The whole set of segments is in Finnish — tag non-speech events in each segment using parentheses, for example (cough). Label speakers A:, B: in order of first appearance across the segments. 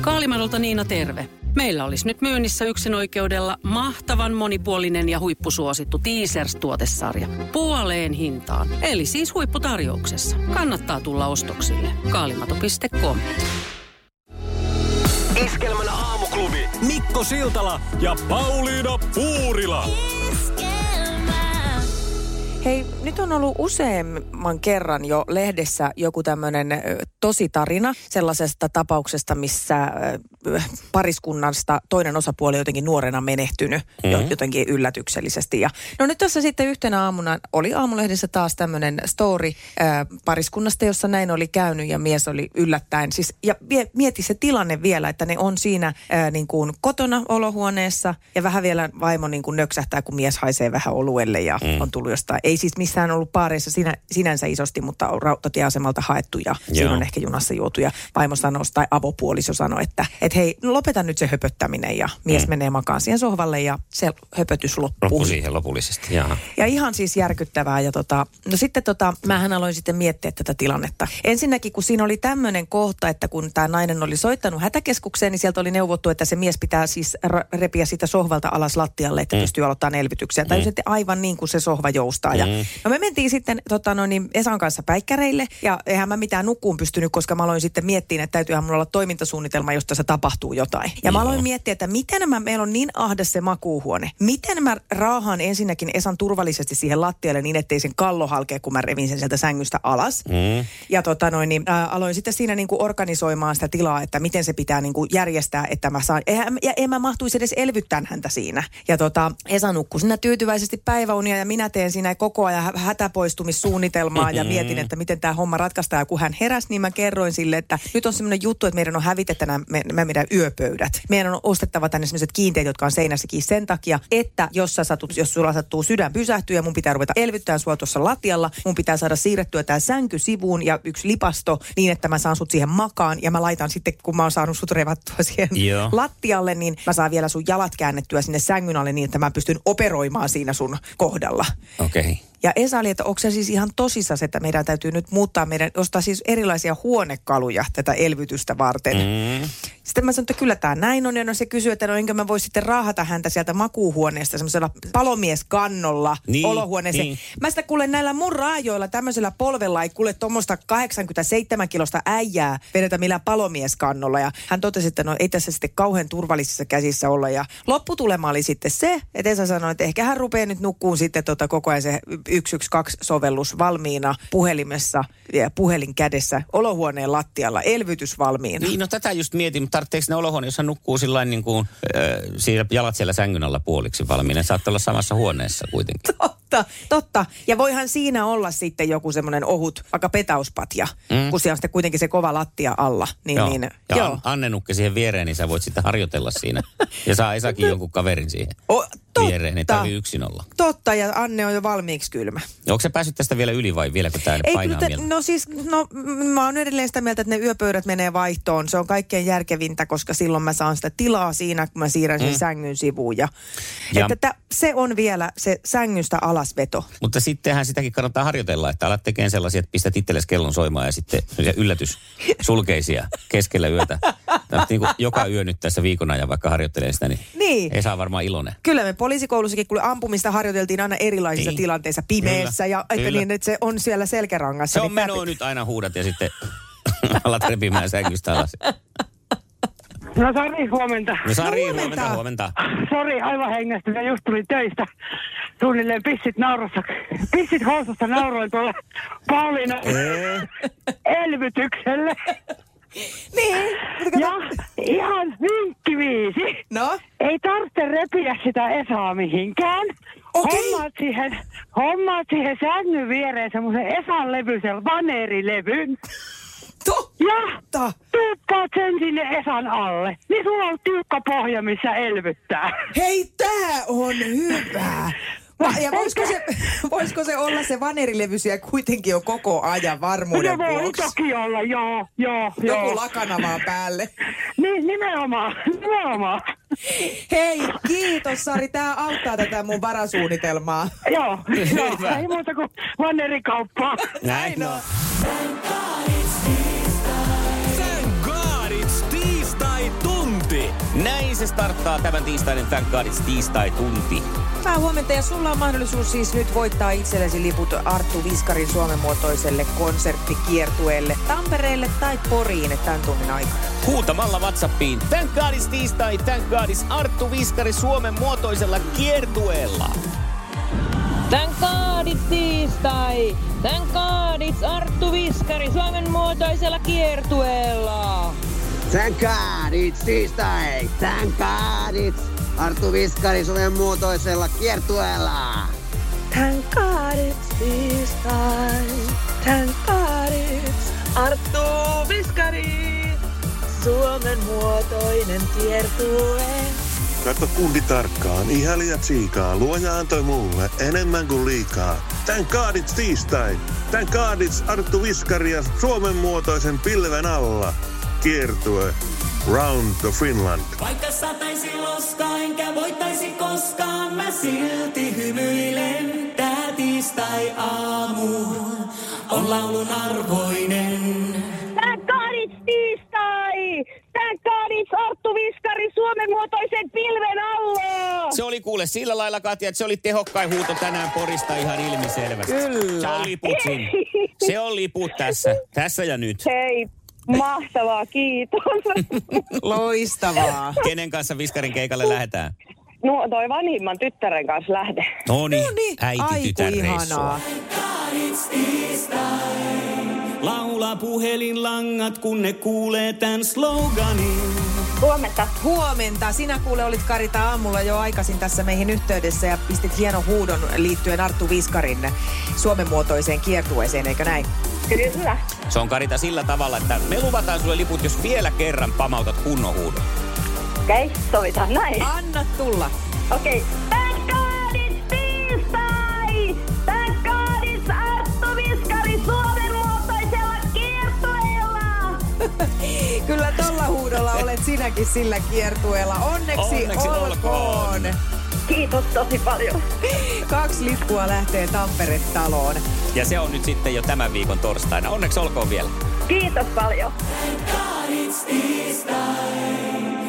A: Kaalimadolta Niina terve. Meillä olisi nyt myynnissä yksin oikeudella mahtavan monipuolinen ja huippusuosittu Teasers-tuotesarja. Puoleen hintaan, eli siis huipputarjouksessa. Kannattaa tulla ostoksille. Kaalimato.com
B: Iskelmän aamuklubi Mikko Siltala ja Pauliina Puurila.
C: Hei, nyt on ollut useamman kerran jo lehdessä joku tämmöinen tositarina sellaisesta tapauksesta, missä ö, pariskunnasta toinen osapuoli on jotenkin nuorena menehtynyt mm-hmm. jotenkin yllätyksellisesti. Ja, no nyt tässä sitten yhtenä aamuna oli aamulehdessä taas tämmöinen story ö, pariskunnasta, jossa näin oli käynyt ja mies oli yllättäen. Siis, ja vie- mieti se tilanne vielä, että ne on siinä ö, niin kuin kotona olohuoneessa ja vähän vielä vaimo niin kuin nöksähtää, kun mies haisee vähän oluelle ja mm. on tullut jostain. Ei siis missään ollut paareissa sinä, sinänsä isosti, mutta on rautatieasemalta haettu ja Joo. siinä on ehkä junassa juotu. Ja vaimo sanoi, tai avopuoliso sanoi, että et hei, lopeta nyt se höpöttäminen ja mies mm. menee makaan siihen sohvalle ja se höpötys loppuu.
D: Loppu siihen lopullisesti, jaha.
C: Ja ihan siis järkyttävää. Ja tota, no sitten tota, mähän aloin sitten miettiä tätä tilannetta. Ensinnäkin, kun siinä oli tämmöinen kohta, että kun tämä nainen oli soittanut hätäkeskukseen, niin sieltä oli neuvottu, että se mies pitää siis ra- repiä sitä sohvalta alas lattialle, että mm. pystyy aloittamaan elvytyksiä. Tai mm. sitten aivan niin kuin se sohva joustaa. Ja, no me mentiin sitten tota, no niin, Esan kanssa päikkäreille ja eihän mä mitään nukkuun pystynyt, koska mä aloin sitten miettiä, että täytyyhän mulla olla toimintasuunnitelma, jos tässä tapahtuu jotain. Ja mä aloin miettiä, että miten mä, meillä on niin ahdas se makuuhuone. Miten mä raahaan ensinnäkin Esan turvallisesti siihen lattialle niin, ettei sen kallo halkee, kun mä revin sen sieltä sängystä alas.
D: Mm.
C: Ja tota noin, niin, ä, aloin sitten siinä niin kuin organisoimaan sitä tilaa, että miten se pitää niin kuin järjestää, että mä saan, eihän, ja en mä mahtuisi edes elvyttää häntä siinä. Ja tota, Esa nukkui sinä tyytyväisesti päiväunia ja minä teen siinä koko ajan hä- hätäpoistumissuunnitelmaa ja mietin, että miten tämä homma ratkaistaan. Ja kun hän heräsi, niin mä kerroin sille, että nyt on semmoinen juttu, että meidän on hävitettävä me, me, meidän yöpöydät. Meidän on ostettava tänne semmoiset kiinteet, jotka on seinässäkin sen takia, että jos, sä satut, jos sulla sattuu sydän pysähtyä ja mun pitää ruveta elvyttämään sua tuossa latialla, mun pitää saada siirrettyä tämä sänky sivuun ja yksi lipasto niin, että mä saan sut siihen makaan ja mä laitan sitten, kun mä oon saanut sut revattua siihen
D: Joo.
C: lattialle, niin mä saan vielä sun jalat käännettyä sinne sängyn alle niin, että mä pystyn operoimaan siinä sun kohdalla.
D: Okei. Okay.
C: Ja Esa oli, että onko se siis ihan tosissas, että meidän täytyy nyt muuttaa meidän, ostaa siis erilaisia huonekaluja tätä elvytystä varten.
D: Mm.
C: Sitten mä sanoin, että kyllä tämä näin on. Ja no se kysyi, että no enkö mä voi sitten raahata häntä sieltä makuuhuoneesta semmoisella palomieskannolla
D: Niin,
C: olohuoneeseen.
D: niin.
C: Mä sitä kuulen näillä mun raajoilla tämmöisellä polvella ei kuule tuommoista 87 kilosta äijää vedetä millään palomieskannolla. Ja hän totesi, että no ei tässä sitten kauhean turvallisissa käsissä olla. Ja lopputulema oli sitten se, että Esa sanoi, että ehkä hän rupeaa nyt nukkuun sitten tota koko ajan se 112-sovellus valmiina puhelimessa ja puhelin kädessä olohuoneen lattialla, elvytys valmiina.
D: Niin, no tätä just mietin, mutta tarvitseeko ne olohuone, jossa nukkuu sillä niin kuin, äh, siinä jalat siellä sängyn alla puoliksi valmiina. Saattaa olla samassa huoneessa kuitenkin.
C: Totta, totta. Ja voihan siinä olla sitten joku semmoinen ohut, vaikka petauspatja, mm. kun siellä on sitten kuitenkin se kova lattia alla. (laughs) Niin, joo. niin,
D: ja
C: joo.
D: joo. Anne Nukke siihen viereen, niin sä voit sitten harjoitella siinä. Ja saa Esakin jonkun kaverin siihen
C: O,
D: viereen, ei
C: totta,
D: tarvitse yksin olla.
C: totta, ja Anne on jo valmiiksi kylmä.
D: Onko se päässyt tästä vielä yli vai vieläkö tämä painaa
C: kyllä,
D: mieltä?
C: no siis, no m- mä oon edelleen sitä mieltä, että ne yöpöydät menee vaihtoon. Se on kaikkein järkevintä, koska silloin mä saan sitä tilaa siinä, kun mä siirrän sen mm. sängyn sivuun. Ja,
D: Ja-
C: ja. Että tä, se on vielä se sängystä alasveto.
D: Mutta sittenhän sitäkin kannattaa harjoitella, että alat tekemään sellaisia, että pistät itsellesi kellon soimaan ja sitten sellaisia yllätys sulkeisia keskellä yötä. Tämmöistä niin kuin joka yö nyt tässä viikon ajan, vaikka harjoittelee sitä, niin,
C: Niin.
D: ei saa varmaan iloinen.
C: Kyllä me poliisikoulussakin, kun ampumista harjoiteltiin aina erilaisissa
D: Niin.
C: niin. tilanteissa, pimeässä
D: Kyllä,
C: ja että
D: kyllä.
C: niin, että se on siellä selkärangassa.
D: Se on
C: niin tää-
D: menoa nyt aina huudat ja sitten (laughs) alat repimään sängystä alas.
E: No Sari, huomenta.
D: No Sari,
C: No, huomenta.
D: huomenta, huomenta.
E: Sori, aivan hengästä. Mä just tulin töistä. Suunnilleen pissit naurussa. Pissit housussa nauroin tuolla Pauliina elvytykselle.
C: Niin. mutta
E: Ja
C: kato-
E: ihan vinkkiviisi.
C: No?
E: Ei tarvitse repiä sitä Esaa mihinkään.
C: Okei.
E: Hommaat siihen, hommaat siihen sängyn viereen semmoisen Esan levyisen vaneerilevyn. Ja
C: Totta.
E: tuuppaat sen sinne Esan alle. Niin sulla on tiukka pohja, missä elvyttää.
C: Hei, tää on hyvä. Va- ja voisiko se, (laughs) voisiko se olla se vanerilevy siellä kuitenkin jo koko ajan varmuuden
E: no, voi
C: vuoksi?
E: toki olla, joo, joo,
C: Joku
E: joo.
C: lakana vaan päälle.
E: Niin, nimenomaan, nimenomaan.
C: Hei, kiitos Sari. Tää auttaa tätä mun varasuunnitelmaa. (laughs)
E: joo, joo.
D: Hyvä.
E: ei muuta kuin vannerikauppaa.
D: Näin
C: on.
D: on.
B: Thank God it's
D: se starttaa tämän tiistainen Thank God It's tiistai-tunti.
C: Hyvää huomenta ja sulla on mahdollisuus siis nyt voittaa itsellesi liput Arttu Viskarin suomen muotoiselle konserttikiertueelle Tampereelle tai Poriin tämän tunnin aikana.
D: Huutamalla WhatsAppiin Thank God It's tiistai, Thank God It's Arttu Viskari Suomen muotoisella kiertueella.
F: Thank God it's tiistai! Thank God it's Arttu Viskari Suomen muotoisella kiertueella!
G: Thank God it's tiistai! Thank God it's Arttu Viskari Suomen muotoisella kiertueella!
H: Thank God it's tiistai. Thank God it's Arttu Viskari. Suomen muotoinen kiertue.
I: Katso kundi tarkkaan, ihan liian siikaa. Luoja antoi mulle enemmän kuin liikaa. Tän kaadits tiistai. Tän kaadits Arttu Viskari ja Suomen muotoisen pilven alla. Kiertue. Round the Finland.
J: Vaikka sataisi loskaa, enkä voittaisi koskaan, mä silti hymyilen. Tää tiistai-aamu on laulun arvoinen.
K: Thank God it's tiistai! Thank God it's Arttu Viskari Suomen muotoisen pilven alla!
D: Se oli kuule sillä lailla, Katja, että se oli tehokkain huuto tänään Porista ihan ilmiselvästi.
C: Kyllä.
D: Se on liput siinä. Se on liput tässä. Tässä ja nyt.
K: Hei, mahtavaa,
I: (laughs)
K: kiitos.
C: Loistavaa.
D: Kenen kanssa Viskarin keikalle lähdetään?
K: No toi vanhimman tyttären kanssa lähde.
D: Noni,
C: No niin,
D: äiti
C: aiku
D: tytär reissua.
C: ihanaa.
J: Laula puhelinlangat, kun ne kuulee tän sloganin.
K: Huomenta.
C: Huomenta. Sinä kuule olit Karita aamulla jo aikaisin tässä meihin yhteydessä ja pistit hienon huudon liittyen Arttu Viskarin Suomen muotoiseen kiertueeseen, eikö näin?
K: Kyllä.
D: Se on Karita sillä tavalla, että me luvataan sulle liput, jos vielä kerran pamautat kunnon huudon.
K: Okei, okay, sovitaan näin.
C: Anna tulla.
K: Okei. Okay. Thank God it's tiistai! Thank God it's Arttu Viskari Suomen muotoisella kiertueella!
C: Kyllä tolla huudolla olet sinäkin sillä kiertueella. Onneksi,
D: Onneksi olkoon.
K: Kiitos tosi paljon.
C: Kaksi lippua lähtee Tampere-taloon.
D: Ja se on nyt sitten jo tämän viikon torstaina. Onneksi olkoon vielä.
K: Kiitos paljon.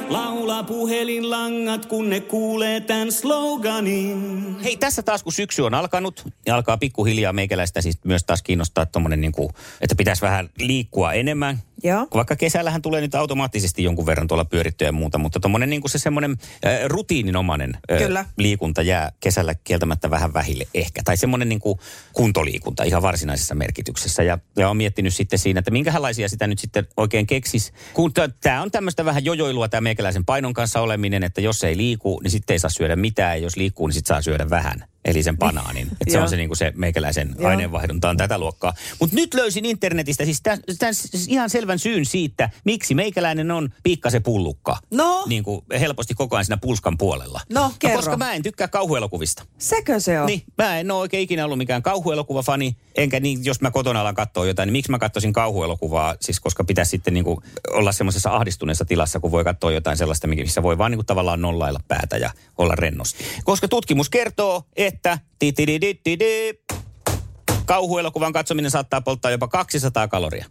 J: Laula puhelinlangat, kun ne kuulee tän sloganin.
D: Hei, tässä taas kun syksy on alkanut ja alkaa pikkuhiljaa meikäläistä siis myös taas kiinnostaa tommonen niin kuin, että pitäisi vähän liikkua enemmän.
C: Joo.
D: Vaikka kesällähän tulee nyt automaattisesti jonkun verran tuolla pyörittyä ja muuta, mutta tommonen niin kuin se semmoinen äh, rutiininomainen äh,
C: Kyllä.
D: liikunta jää kesällä kieltämättä vähän vähille ehkä. Tai semmoinen niin kuin kuntoliikunta ihan varsinaisessa merkityksessä. Ja, ja on miettinyt sitten siinä, että minkälaisia sitä nyt sitten oikein keksis. Kun tämä on tämmöistä vähän jojoilua tämä meikäläisen painon kanssa oleminen, että jos ei liiku, niin sitten ei saa syödä mitään. Ja jos liikkuu, niin sitten saa syödä vähän. Eli sen
C: (laughs)
D: banaanin. Et se
C: Joo.
D: on se, niin kuin se meikäläisen
C: Joo.
D: aineenvaihdunta on tätä luokkaa. Mutta nyt löysin internetistä siis tämän, tämän ihan selvän syyn siitä, miksi meikäläinen on pikkasen pullukka.
C: No?
D: Niin kuin helposti koko ajan siinä pulskan puolella.
C: No, kerro. No.
D: koska mä en tykkää kauhuelokuvista.
C: Sekö se on?
D: Niin, mä en ole oikein ikinä ollut mikään kauhuelokuvafani, enkä niin, jos mä kotona alan katsoa jotain, niin miksi mä katsoisin kauhuelokuvaa, siis koska pitäisi sitten niin kuin olla semmoisessa ahdistuneessa tilassa, kun voi katsoa jotain sellaista, mikä- missä voi vaan niin kuin tavallaan nollailla päätä ja olla rennosti. Koska tutkimus kertoo, että titididididi, kauhuelokuvan katsominen saattaa polttaa jopa 200 kaloria.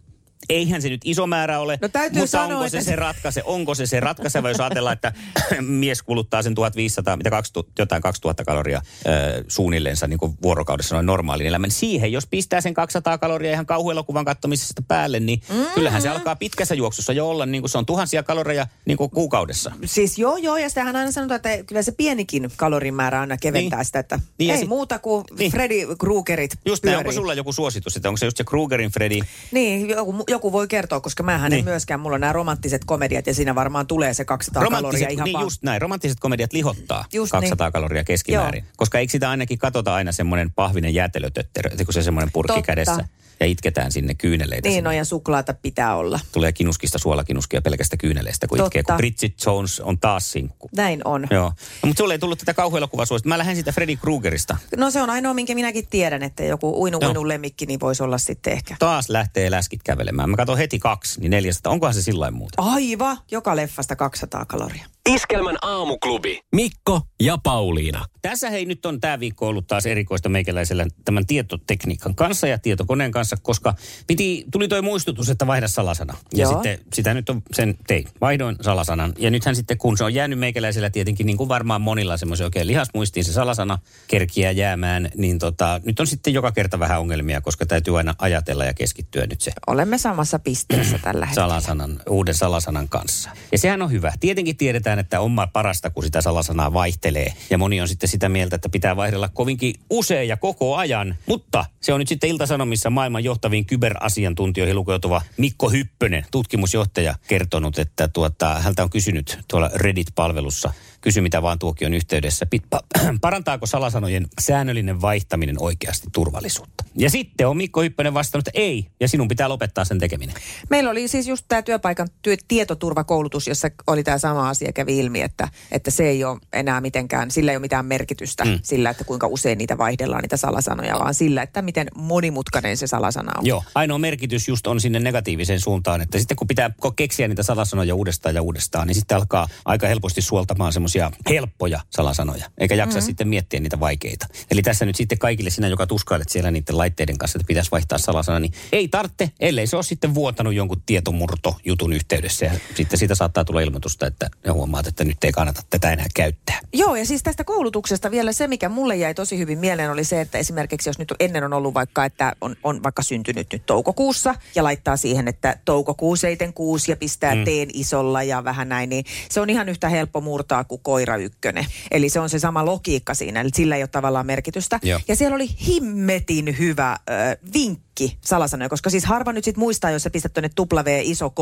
D: Eihän se nyt iso määrä ole,
C: No täytyy
D: mutta
C: sanoa,
D: onko se
C: että
D: se ratkaise, onko se se ratkaiseva, jos ajatellaan, että (laughs) mies kuluttaa sen 1500, mitä 2000, jotain 2000 kaloria ö, suunnilleensa niin kuin vuorokaudessa noin normaalin elämän. Siihen, jos pistää sen 200 kaloria ihan kauhuelokuvan katsomisesta päälle, niin
C: Mm.
D: mm-hmm. kyllähän se alkaa pitkässä juoksussa jo olla, niin kuin se on tuhansia kaloreja niin kuin kuukaudessa.
C: Siis joo, joo, ja sitähän aina sanotaan, että kyllä se pienikin kalorimäärä aina keventää
D: Niin.
C: sitä, että
D: Niin, ja
C: ei
D: sit-
C: muuta kuin
D: Niin.
C: Freddy Kruegerit
D: Just näin,
C: pyörii.
D: onko sulla joku suositus, että onko se just se Krugerin Freddy?
C: Niin, joku, joku voi kertoa, koska mä niin.
D: Niin.
C: en myöskään, mulla on nämä romanttiset komediat ja siinä varmaan tulee se 200 kaloria ihan
D: niin
C: vaan.
D: just näin, romanttiset komediat lihottaa
C: Just niin.
D: 200 kaloria keskimäärin. Joo. Koska eikö sitä ainakin katota aina semmoinen pahvinen jäätelötötterö, että kun se semmoinen purkki
C: Totta.
D: kädessä ja itketään sinne kyyneleitä.
C: Niin,
D: sinne.
C: no ja suklaata pitää olla.
D: Tulee kinuskista suolakinuskia pelkästä kyyneleistä, kun
C: Totta.
D: itkee, kun Bridget Jones on taas sinkku.
C: Näin on.
D: Joo. No, mutta sulle ei tullut tätä kauhuelokuvaa suosittu. Mä lähden siitä Freddy Kruegerista.
C: No se on ainoa, minkä minäkin tiedän, että joku uinu
D: Joo.
C: uinu lemmikki, niin voisi olla sitten ehkä.
D: Taas lähtee läskit kävelemään. kokonaan. Mä katson heti kaksi, niin 400. Onkohan se sillä muuta?
C: Aiva, joka leffasta 200 kaloria.
B: Iskelmän aamuklubi. Mikko ja Pauliina.
D: Tässä hei nyt on tämä viikko ollut taas erikoista meikäläisellä tämän tietotekniikan kanssa ja tietokoneen kanssa, koska piti, tuli toi muistutus, että vaihda salasana. Ja
C: Joo.
D: sitten sitä nyt on, sen tein. Vaihdoin salasanan. Ja nythän sitten kun se on jäänyt meikäläisellä tietenkin, niin kuin varmaan monilla semmoisen oikein lihasmuistiin se salasana kerkiä jäämään, niin tota, nyt on sitten joka kerta vähän ongelmia, koska täytyy aina ajatella ja keskittyä nyt se
C: Olemme samassa pisteessä tällä hetkellä.
D: salasanan, uuden salasanan kanssa. Ja sehän on hyvä. Tietenkin tiedetään, että on maa parasta, kun sitä salasanaa vaihtelee. Ja moni on sitten sitä mieltä, että pitää vaihdella kovinkin usein ja koko ajan. Mutta se on nyt sitten Iltasanomissa maailman johtaviin kyberasiantuntijoihin lukeutuva Mikko Hyppönen, tutkimusjohtaja, kertonut, että tuota, hältä on kysynyt tuolla Reddit-palvelussa, kysy mitä vaan tuokion yhteydessä, Pit- pa- (clears throat) parantaako salasanojen säännöllinen vaihtaminen oikeasti turvallisuutta? Ja sitten on Mikko Hyppönen vastannut, että ei, ja sinun pitää lopettaa sen tekeminen.
C: Meillä oli siis just tämä työpaikan työ, tietoturvakoulutus, jossa oli tämä sama asia, kävi ilmi, että, että se ei ole enää mitenkään, sillä ei ole mitään merkitystä mm. sillä, että kuinka usein niitä vaihdellaan, niitä salasanoja, vaan sillä, että miten monimutkainen se salasana on.
D: Joo, ainoa merkitys just on sinne negatiiviseen suuntaan, että sitten kun pitää ko- keksiä niitä salasanoja uudestaan ja uudestaan, niin sitten alkaa aika helposti suoltamaan semmoisia helppoja salasanoja, eikä jaksa mm-hmm. sitten miettiä niitä vaikeita. Eli tässä nyt sitten kaikille sinä, joka tuskailet siellä niiden laitteiden kanssa, että pitäisi vaihtaa salasana, niin ei tarvitse, ellei se ole sitten vuotanut jonkun tietomurtojutun yhteydessä. Ja sitten siitä saattaa tulla ilmoitusta, että ja huomaat, että nyt ei kannata tätä enää käyttää.
C: Joo, ja siis tästä koulutuksesta vielä se, mikä mulle jäi tosi hyvin mieleen, oli se, että esimerkiksi jos nyt ennen on ollut vaikka, että on, on vaikka syntynyt nyt toukokuussa ja laittaa siihen, että toukokuu 76 ja pistää mm. teen isolla ja vähän näin, niin se on ihan yhtä helppo murtaa kuin koira ykkönen. Eli se on se sama logiikka siinä, eli sillä ei ole tavallaan merkitystä.
D: Joo.
C: Ja siellä oli himmetin hyvä ö, vinkki salasanoja, koska siis harva nyt sit muistaa, jos sä pistät tuonne tupla V, iso K,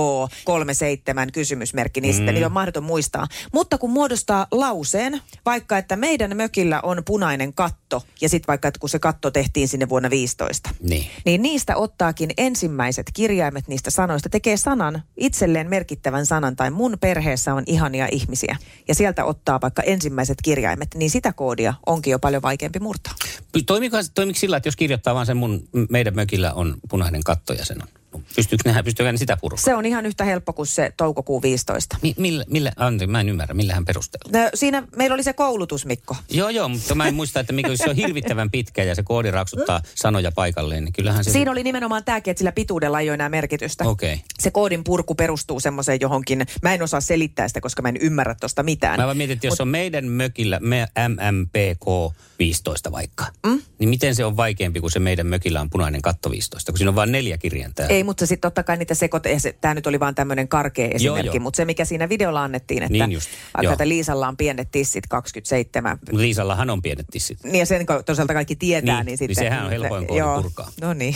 C: 37 kysymysmerkki, niin mm. sitten niitä on mahdoton muistaa. Mutta kun muodostaa lauseen, vaikka että meidän mökillä on punainen katto, ja sitten vaikka, että kun se katto tehtiin sinne vuonna 15,
D: Niin.
C: niin niistä ottaakin ensimmäiset kirjaimet niistä sanoista, tekee sanan, itselleen merkittävän sanan, tai mun perheessä on ihania ihmisiä, ja sieltä ottaa vaikka ensimmäiset kirjaimet, niin sitä koodia onkin jo paljon vaikeampi murtaa.
D: Toimiko, toimiko sillä, että jos kirjoittaa vaan sen mun, meidän mökillä on punainen katto ja sen on, no, pystyykö nehän, pystyykö ne sitä purkaa?
C: Se on ihan yhtä helppo kuin se toukokuu 15.
D: Mi- millä, millä, anteeksi, mä en ymmärrä, millähän perusteella.
C: No, siinä meillä oli se koulutus, Mikko.
D: Joo, joo, mutta mä en muista, että mikä, jos se on hirvittävän pitkä ja se koodi raksuttaa sanoja paikalleen, niin kyllähän se...
C: Siinä oli nimenomaan tämäkin, että sillä pituudella ei ole enää merkitystä.
D: Okei. Okay.
C: Se koodin purku perustuu semmoiseen johonkin, mä en osaa selittää sitä, koska mä en ymmärrä tuosta mitään.
D: Mä vaan mietin, että jos on meidän mökillä me MMPK 15 vaikka, mm? niin miten se on vaikeampi kuin se meidän mökillä on punainen katto 15, kun siinä on vain neljä kirjainta.
C: Ei, mutta sitten totta kai niitä sekoita, tämä nyt oli vaan tämmöinen karkea esimerkki,
D: joo.
C: mutta se mikä siinä videolla annettiin, että
D: Niin just, joo.
C: vaikka että Liisalla on pienet tissit 27,
D: Mut Liisallahan on pienet tissit.
C: niin ja sen kun toisaalta kaikki tietää,
D: Niin,
C: niin,
D: niin
C: sitten...
D: sehän on helpoin koodi
C: Joo.
D: purkaa.
C: No niin.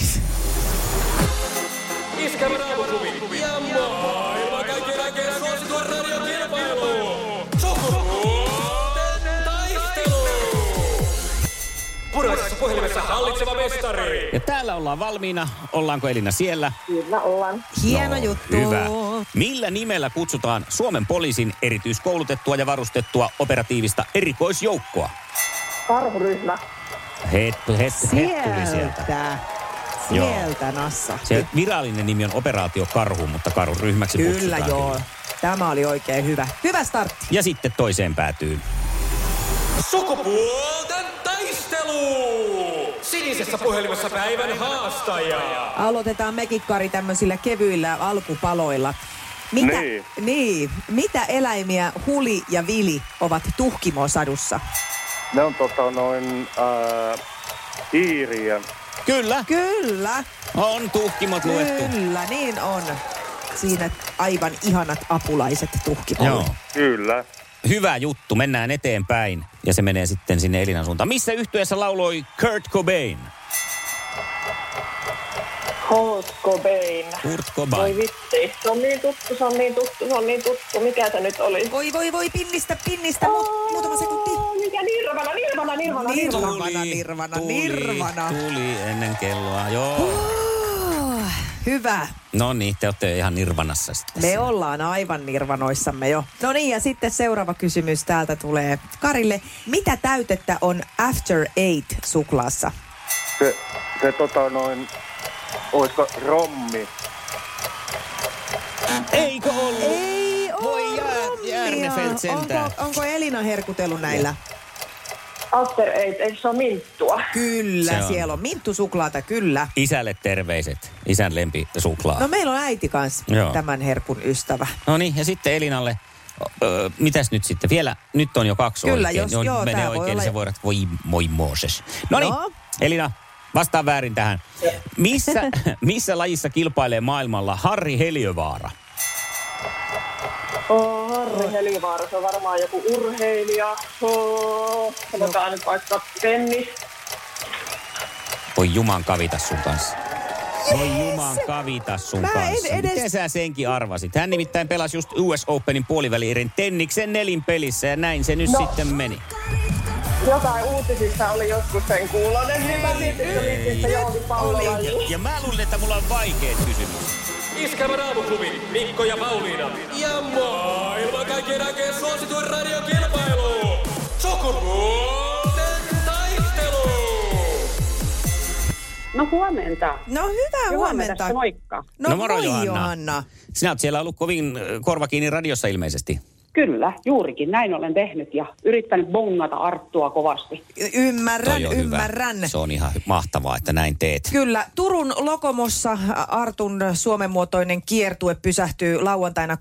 B: Iskelmän aamuklubi. Ja maailman kaikkien aikeen suosituen radiokilpailu. Sukupuolten taistelu. Puraisessa puhelimessa hallitseva mestari.
D: Ja täällä ollaan valmiina. Ollaanko Elina siellä?
L: Kyllä ollaan.
C: Hieno juttu.
D: No, Hyvä. Millä nimellä kutsutaan Suomen poliisin erityiskoulutettua ja varustettua operatiivista erikoisjoukkoa?
L: Karhuryhmä.
D: He, he, he tuli sieltä.
C: Sieltä.
D: Joo.
C: Sieltä nassahti.
D: Se virallinen nimi on Operaatio Karhu, mutta Karhu ryhmäksi
C: Kyllä
D: kutsutaan.
C: joo. Tämä oli oikein hyvä. Hyvä startti.
D: Ja sitten toiseen päätyy.
B: Sukupuolten taistelu. Sinisessä puhelimessa päivän haastaja.
C: Aloitetaan mekin, Kari, tämmöisillä kevyillä alkupaloilla. Mitä,
I: Niin.
C: niin. Mitä eläimiä huli ja vili ovat tuhkimosadussa?
I: Ne on tota noin äh, iiriä.
D: Kyllä,
C: Kyllä,
D: on tuhkimot luettu.
C: kyllä, niin on. Siinä aivan ihanat apulaiset tuhkimolle.
D: Joo.
I: Kyllä.
D: Hyvä juttu, mennään eteenpäin. Ja se menee sitten sinne Elinan suuntaan. Missä yhtyessä lauloi Kurt Cobain?
L: Kurt Cobain.
D: Kurt
L: Voi
D: Cobain.
L: vitsi. Se on niin tuttu, se on niin tuttu, se on niin tuttu. Mikä se nyt oli?
C: Voi, voi, voi, pinnistä, pinnistä, mu- muutama sekunti.
L: Oh, Mikä nirvana, nirvana, nirvana, nirvana.
C: Nirvana, nirvana, nirvana.
D: tuli ennen kelloa, joo.
C: Oh, hyvä.
D: No niin, te olette ihan nirvanassa sitten.
C: Me ollaan aivan nirvanoissamme jo. No niin, ja sitten seuraava kysymys täältä tulee Karille. Mitä täytettä on After Eight suklaassa?
I: Se, se tota noin, oisko rommi?
D: Eikö ollut?
C: Ei
D: Voi
C: oo
D: jää-
C: rommia.
D: Järnefelt sentään.
C: onko, onko Elina herkutellut näillä?
L: After Eight, eikö se ole minttua?
C: Kyllä,
D: Se on.
C: siellä on minttusuklaata, kyllä.
D: Isälle terveiset. Isän lempi suklaa.
C: No meillä on äiti kanssa
D: Joo.
C: tämän herkun ystävä.
D: No niin, ja sitten Elinalle, öö, mitäs nyt sitten? Vielä, nyt on jo kaksi
C: Kyllä,
D: oikein.
C: jos-
D: Ne on,
C: joo,
D: menee
C: tää voi
D: oikein, niin
C: olla-
D: sä voidat, voi, moi Mooses. No niin,
C: Joo.
D: Elina, vastaan väärin tähän.
C: (laughs)
D: Missä, missä lajissa kilpailee maailmalla Harri Heliövaara?
L: Oh, Harri Helivaara, se on varmaan joku urheilija. Oh, sanotaan nyt vaikka tennis.
D: Voi juman kavita sun kanssa. Voi juman kavita sun
C: Mä en
D: kanssa.
C: edes-
D: Miten sä senkin arvasit? Hän nimittäin pelasi just US Openin puoliväliirin Tenniksen nelin pelissä ja näin se nyt
L: No.
D: sitten meni.
L: Jotain uutisissa oli joskus sen kuulonen, niin mä mietin, että liittyy se johonkin pallolajiin.
D: Ja mä luulen, että mulla on vaikeet kysymykset.
M: Iskävä raamuklubi, Mikko ja Pauliina. Ja maailman kaikkien aikeen suosituen radiokilpailu. Sukupuolten taistelu.
E: No huomenta.
C: No hyvää
E: Joo,
C: huomenta.
E: tässä moikka.
C: No, moi Johanna.
D: Sinä oot siellä ollut kovin äh, korva kiinni radiossa ilmeisesti.
E: Kyllä, juurikin näin olen tehnyt ja yrittänyt bongata Arttua kovasti.
C: Y- Ymmärrän,
D: Toi on
C: ymmärrän.
D: Hyvä. Se on ihan hy- mahtavaa, että näin teet.
C: Kyllä, Turun Lokomossa Artun Suomen muotoinen kiertue pysähtyy lauantaina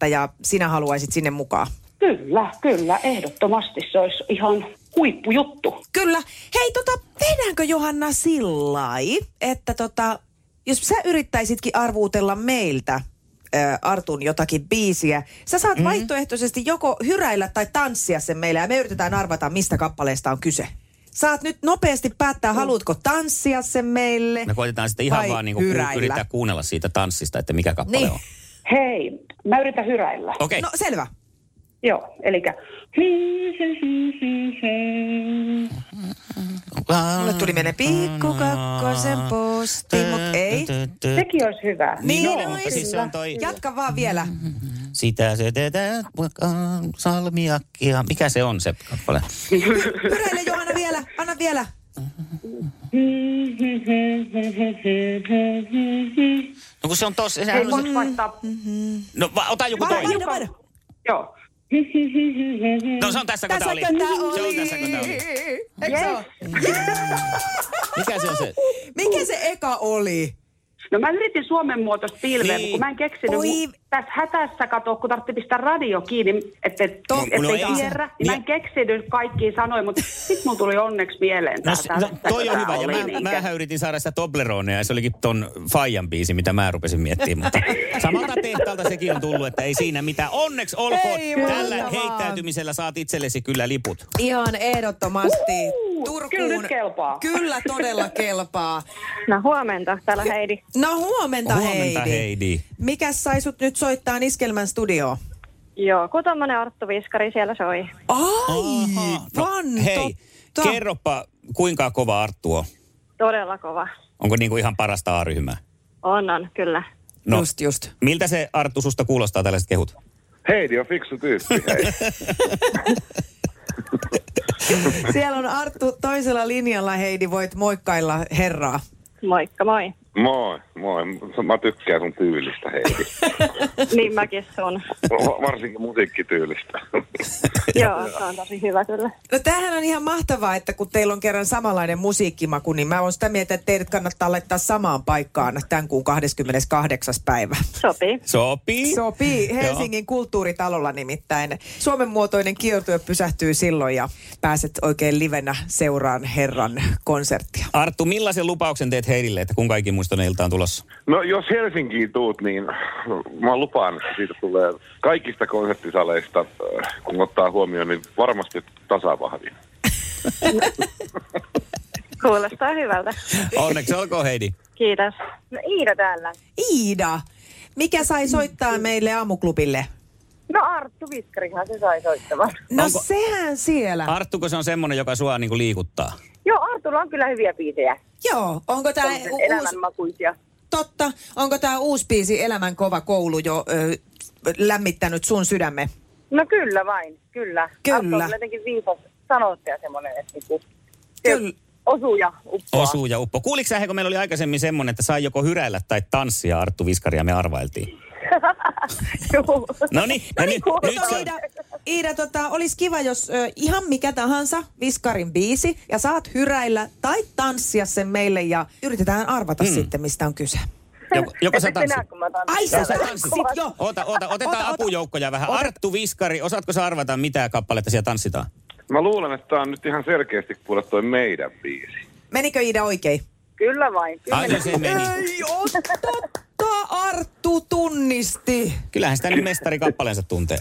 C: 24.9. ja sinä haluaisit sinne mukaan.
E: Kyllä, kyllä, ehdottomasti se olisi ihan huippujuttu.
C: Kyllä. Hei, tota, tehdäänkö Johanna sillä lailla, että tota, jos sä yrittäisitkin arvuutella meiltä ää, Artun jotakin biisiä, sä saat mm-hmm. vaihtoehtoisesti joko hyräillä tai tanssia sen meille ja me yritetään arvata, mistä kappaleesta on kyse. Saat nyt nopeasti päättää, haluatko tanssia sen meille.
D: Me koitetaan sitten ihan
C: Vai
D: vaan niinku ku-
C: hyräillä.
D: yrittää kuunnella siitä tanssista, että mikä kappale
C: Niin.
D: on.
E: Hei, mä yritän hyräillä.
D: Okei, okay.
C: No selvä.
E: Joo, eli
D: Ah,
C: Mulle tuli menee pikku kakkosen posti, mutta ei.
E: sekin olisi hyvä.
C: Niin,
D: Joo,
C: no,
D: mutta siis se on toi-
C: Jatka vaan vielä.
D: sitä se tehdään, salmiakkia. Mikä se on se kappale?
C: Hyräile Johanna vielä, anna vielä.
D: No kun se on tossa,
E: Hei,
D: sehän on se...
E: voisi vaihtaa.
C: mm,
D: No va, ota joku
C: Vaihda,
D: toinen.
C: vaihda, vaihda.
E: Joo.
D: No se on tässä, kun
C: Tässä
D: tää oli.
C: kun tää
D: Se on
C: oli.
D: tässä, kun tää oli.
C: Eikö se ole?
D: Mikä se on se?
C: Mikä se eka oli?
E: No mä yritin suomen muotoista
D: Niin.
E: pilveä, niin. kun mä en keksinyt.
C: Oi.
E: Oi. Tässä hätässä kato, kun tarvitsi pistää radio kiinni, ettei et,
C: Totta.
E: ettei
D: No ei se-
E: kierrä. Niin mä en keksinyt kaikkia sanoja, mutta sit mun tuli onneksi mieleen
D: No,
E: tää-
D: s-
E: tää-
D: no
E: tää-
D: toi on
E: tää
D: hyvä. Ja
E: oli niin
D: mä,
E: niinkö.
D: mähän yritin saada sitä Tobleronea ja se olikin ton Fajan biisi, mitä mä rupesin miettimään. Mutta samalta tehtaalta sekin on tullut, että ei siinä mitään. Onneksi olkoon.
C: Ei
D: Tällä
C: mahtavaa.
D: heittäytymisellä saat itsellesi kyllä liput.
C: Ihan ehdottomasti.
E: Uhu,
C: Turkuun.
E: kyllä nyt kelpaa.
C: Kyllä todella kelpaa.
L: No huomenta, täällä Heidi.
C: No huomenta,
D: Huomenta
C: Heidi.
D: Heidi.
C: Mikä sai sut nyt soittaa Iskelmän studioon?
L: Joo, kun tommonen Arttu Viskari siellä soi.
C: Ai,
D: No,
C: van,
D: hei,
C: totta.
D: kerropa kuinka kova Arttu on.
L: Todella kova.
D: Onko niinku ihan parasta A-ryhmää?
L: On, on, kyllä.
D: No,
C: Just, just.
D: miltä se Arttu susta kuulostaa tällaiset kehut?
N: Heidi on fiksu tyyppi. Hei.
D: (laughs)
C: Siellä on Arttu toisella linjalla, Heidi, voit moikkailla herraa.
L: Moikka, moi.
N: Moi, moi. Mä tykkään sun tyylistä, Heidi.
L: Niin mäkin sun.
N: Varsinkin musiikkityylistä.
L: Joo, se on tosi hyvä kyllä.
C: No tämähän on ihan mahtavaa, että kun teillä on kerran samanlainen musiikkimaku, niin mä oon sitä mieltä, että teidät kannattaa laittaa samaan paikkaan tämän kuun 28. päivä.
L: Sopii.
D: Sopii.
C: Sopii Helsingin kulttuuritalolla nimittäin. Suomen muotoinen kiertue pysähtyy silloin ja pääset oikein livenä seuraan herran konserttia.
D: Arttu, millaisen lupauksen teet Heidille, että kun kaikki muistonen ilta on tulossa?
N: No jos Helsinkiin tuut, niin mä lupaan, että siitä tulee kaikista konserttisaleista, äh, kun ottaa huomioon, niin varmasti tasavahvin.
L: Kuulostaa hyvältä.
D: Onneksi olkoon Heidi.
L: Kiitos. No Iida täällä.
C: Iida, mikä sai soittaa meille aamuklubille?
L: No Arttu Viskarihan se sai soittamaan.
C: No
D: Onko-
C: sehän siellä.
D: Arttuko se on semmoinen, joka sua niinku liikuttaa?
L: Joo, Artulla on kyllä hyviä biisejä.
C: Joo, onko tämä
L: Tommosen
C: uusi,
L: Elämänmakuisia.
C: totta, onko tämä uusi biisi Elämän kova koulu jo ö, lämmittänyt sun sydämme?
L: No kyllä vain, kyllä.
C: Kyllä.
L: Arttu on jotenkin viisas sanottaja semmoinen, että niinku, se
C: Kyllä.
L: osuu ja uppoaa.
D: Osuu ja uppo. Kuuliko sä, Heiko, kun meillä oli aikaisemmin semmoinen, että sai joko hyräillä tai tanssia Arttu Viskaria, me arvailtiin.
L: Juu.
D: No niin, no niin, nyt
C: Mutta
D: se
C: Iida, Iida tota, olisi kiva, jos ö, ihan mikä tahansa Viskarin biisi ja saat hyräillä tai tanssia sen meille ja yritetään arvata mm. sitten, mistä on kyse.
D: Joko, joko sä tanssit?
C: Ai
D: Joo,
C: sä no.
D: sä tanssit.
C: tanssit jo.
D: Oota, oota, otetaan
C: Ota, ota.
D: apujoukkoja vähän. Arttu Viskari, osaatko sä arvata mitä kappaletta siellä tanssitaan?
N: Mä luulen, että tää on nyt ihan selkeästi kuule toi meidän biisi.
C: Menikö Iida oikein?
L: Kyllä vain.
D: Ai, se meni.
C: Ei oo totta, Arttu tunnisti.
D: Kyllähän sitä nyt mestari kappaleensa tuntee.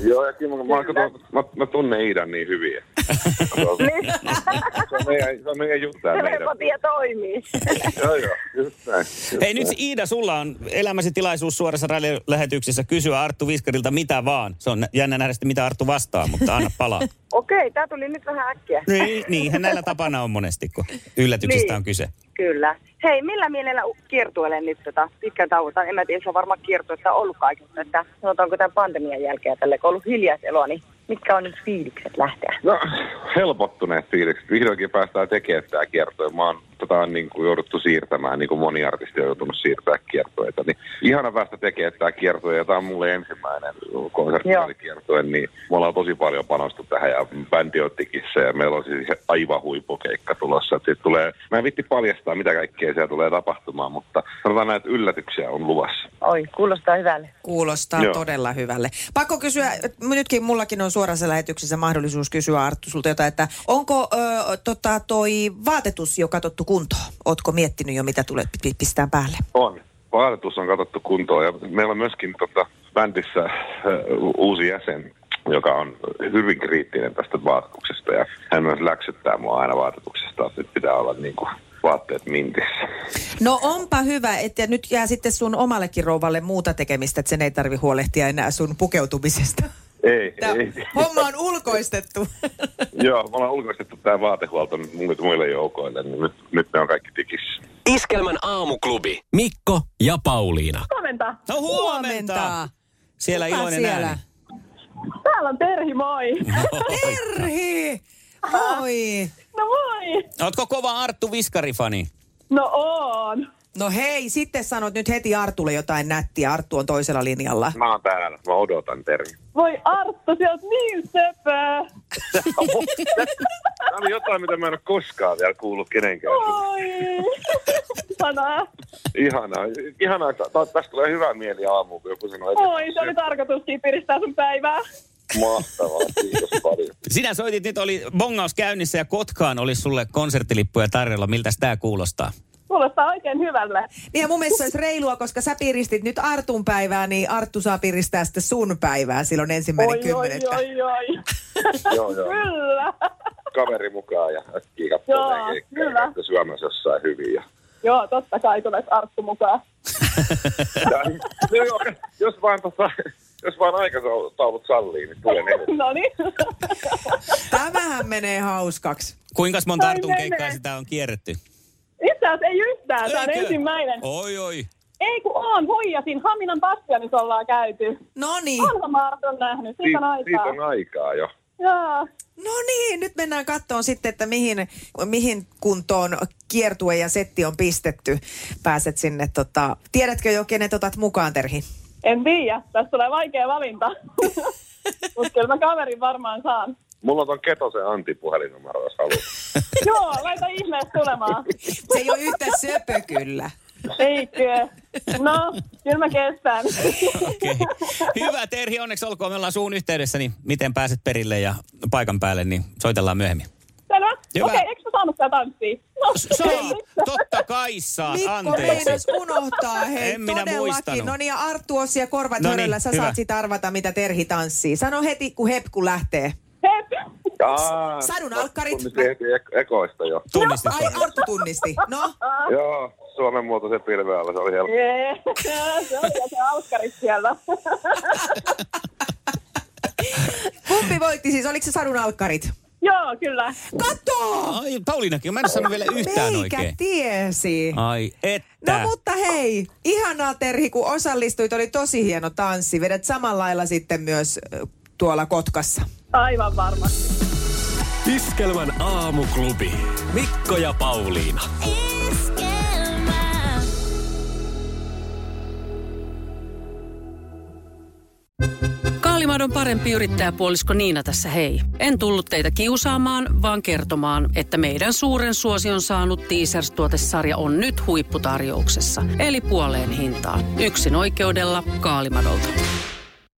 N: Joo, ja Kimmo, mä, kato, mä, mä tunnen Iidan niin hyvin. että- Se (laughs) on, se on, meidän, Niin. se on meidän juttu
L: (laughs)
N: tää meidän.
L: Telepatia
E: niin.
L: toimii.
N: Joo, joo, just näin. just
D: Ei nyt
N: näin.
D: Iida, sulla on elämäsi tilaisuus suorassa radiolähetyksessä kysyä Arttu Viskarilta mitä vaan. Se on jännä nähdä sitten, mitä Arttu vastaa, mutta anna palaa.
L: Okei, tää tuli nyt vähän äkkiä.
D: Niin, niinhän näillä tapana on monesti, kun yllätyksistä
L: Niin.
D: on kyse.
L: Kyllä. Hei, millä mielellä u- kiertueelle nyt tota pitkän tauon? Tai En mä tiedä, se on varmaan kiertuetta ollut kaikesta. Että sanotaanko tämän pandemian jälkeen tälle, kun on ollut hiljaiseloa, niin mitkä on nyt fiilikset lähteä?
N: No, helpottuneet fiilikset. Vihdoinkin päästään tekemään tämä kiertoja. Mä oon, tota on niin kuin jouduttu siirtämään, niin kuin moni artisti on joutunut siirtämään kiertoita. Niin ihana päästä tekemään tämä kiertoja. Tämä on mulle ensimmäinen konserttikiertoja, niin me ollaan tosi paljon panostu tähän ja bändi on tikissä ja meillä on siis aivan huippukeikka tulossa. Et Siitä tulee, mä en vitti paljastaa, mitä kaikkea siellä tulee tapahtumaan, mutta sanotaan näin, että yllätyksiä on luvassa.
L: Oi, kuulostaa hyvälle.
C: Kuulostaa Joo.
N: Joo.
C: todella hyvälle. Pakko kysyä, et nytkin mullakin on suorassa lähetyksessä mahdollisuus kysyä Arttu sulta jotain, että onko ö, tota, toi vaatetus jo katsottu kuntoon? Ootko miettinyt jo, mitä tulee pi- pistää päälle?
N: On. Vaatetus on katsottu kuntoon ja meillä on myöskin tota, bändissä äh, uusi jäsen, joka on hyvin kriittinen tästä vaatetuksesta ja hän myös läksyttää mua aina vaatetuksesta, että nyt pitää olla niin kuin, vaatteet mintissä.
C: No onpa hyvä, että nyt jää sitten sun omallekin rouvalle muuta tekemistä, että sen ei tarvi huolehtia enää sun pukeutumisesta.
N: Ei,
C: Tää
N: ei. (laughs)
C: homma on ulkoistettu.
N: Joo, me ollaan ulkoistettu tämä vaatehuolto nyt muille, muille joukoille, niin nyt, nyt ne on kaikki tikissä.
B: Iskelmän aamuklubi. Mikko ja Pauliina.
L: Huomenta.
D: No huomenta! Siellä
L: Kuka
D: iloinen
L: siellä?
D: ääni. No,
L: Täällä on Terhi, moi.
C: Terhi! Moi!
L: No moi.
D: Ootko kova Arttu Viskarifani?
L: No on.
C: No hei, sitten sanot nyt heti Artulle jotain nättiä. Arttu on toisella linjalla.
N: Mä oon täällä, mä odotan Terhi.
L: Voi Arttu, sä oot niin söpö.
N: Tämä on jotain, mitä mä en ole koskaan vielä kuullut kenenkään.
L: Oi. Sanaa.
N: Ihanaa, ihanaa. että tä- Tästä tulee hyvä mieli aamu, kun joku sanoo,
L: Oi, se oli tarkoituskin piristää sun päivää.
N: mahtavaa, kiitos paljon.
D: Sinä soitit, nyt oli bongaus käynnissä ja Kotkaan oli sulle konserttilippuja tarjolla. Miltä tämä kuulostaa?
L: Kuulostaa oikein hyvälle.
C: Niin ja mun mielestä se olisi reilua, koska sä piristit nyt Artun päivää, niin Arttu saa piristää sitten sun päivää silloin ensimmäinen
L: Oi, oi,
C: kymmenettä.
L: oi, oi.
N: Joo, joo.
L: Kyllä.
N: kaveri mukaan ja äkkiä
L: Joo,
N: katsoo meidän keikkaa,
L: hyvä.
N: ja että Suomessa jossain hyvin. Ja...
L: Joo, totta kai, kun olisi Arttu mukaan.
N: No joo, jos vaan tota, jos vaan aikataulut sallii, niin tulee ne.
L: No niin.
C: (laughs) Tämähän menee hauskaksi.
D: Kuinka monta
L: Ai
D: Artun
L: mene.
D: keikkaa sitä on kierretty?
L: Itse asiassa ei yhtään, tämä on
D: Eikö?
L: ensimmäinen.
D: Oi, oi.
L: Ei kun on, huijasin. Haminan Bastianissa ollaan käyty.
C: No niin,
L: Vanha Marton nähnyt, siitä on
N: siitä
L: aikaa.
N: on aikaa jo.
L: Joo.
C: no niin, nyt mennään kattoon sitten, että mihin, mihin kuntoon kiertue ja setti on pistetty. Pääset sinne, tota, tiedätkö jo, kenet otat mukaan, Terhi?
L: En tiedä, tässä tulee vaikea valinta. Mutta kyllä mä kaverin varmaan saan.
N: Mulla on ton Ketosen Antin puhelinnumero, jos haluaa.
L: Joo, laita ihmeessä tulemaan.
C: Se ei ole yhtä söpö kyllä.
L: Eikö? No, kyllä mä kestän.
D: Okay. Hyvä Terhi, onneksi olkoon. Me ollaan suun yhteydessä, niin miten pääset perille ja paikan päälle, niin soitellaan myöhemmin.
L: Selvä. Okei,
D: Hyvä.
L: okay, eikö mä saanut sitä tanssia? No,
D: Saa, totta kai saat,
C: Mikko
D: anteeksi.
C: meinas unohtaa, hei,
D: En minä
C: todellakin.
D: muistanut.
C: No niin, ja Arttu on siellä korvat
D: No
C: no
D: niin,
C: niin, sä
D: hyvä.
C: saat sit arvata, mitä Terhi tanssii. Sano heti, kun hepku lähtee.
L: Hep.
N: Jaa,
C: Sadun alkkarit.
N: tunnistin heti ek- ekoista jo.
D: Tunnistit.
C: Ai, Arttu tunnisti. No,
L: Ah.
N: Joo, Suomen muotoisen pilven alla, se oli helppo.
L: Jee, se on siellä se alkkarit siellä.
C: kumpi voitti siis? Oliko se Sadun alkkarit?
L: Joo, kyllä.
C: Kato!
D: Ai, Pauliinakin, mä en sano vielä yhtään
C: Meikä
D: oikein. Ah,
C: tiesi.
D: Ai, että.
C: No mutta hei, ihanaa Terhi, kun osallistuit, oli tosi hieno tanssi. Vedät samalla lailla sitten myös ö, tuolla Kotkassa.
L: Aivan varmasti.
D: Iskelmän aamuklubi. Mikko ja Pauliina.
A: Kaalimadon parempi yrittäjäpuolisko Niina tässä hei. En tullut teitä kiusaamaan, vaan kertomaan, että meidän suuren suosion saanut Teasers-tuotesarja on nyt huipputarjouksessa, eli puoleen hintaan. Yksin oikeudella Kaalimadolta.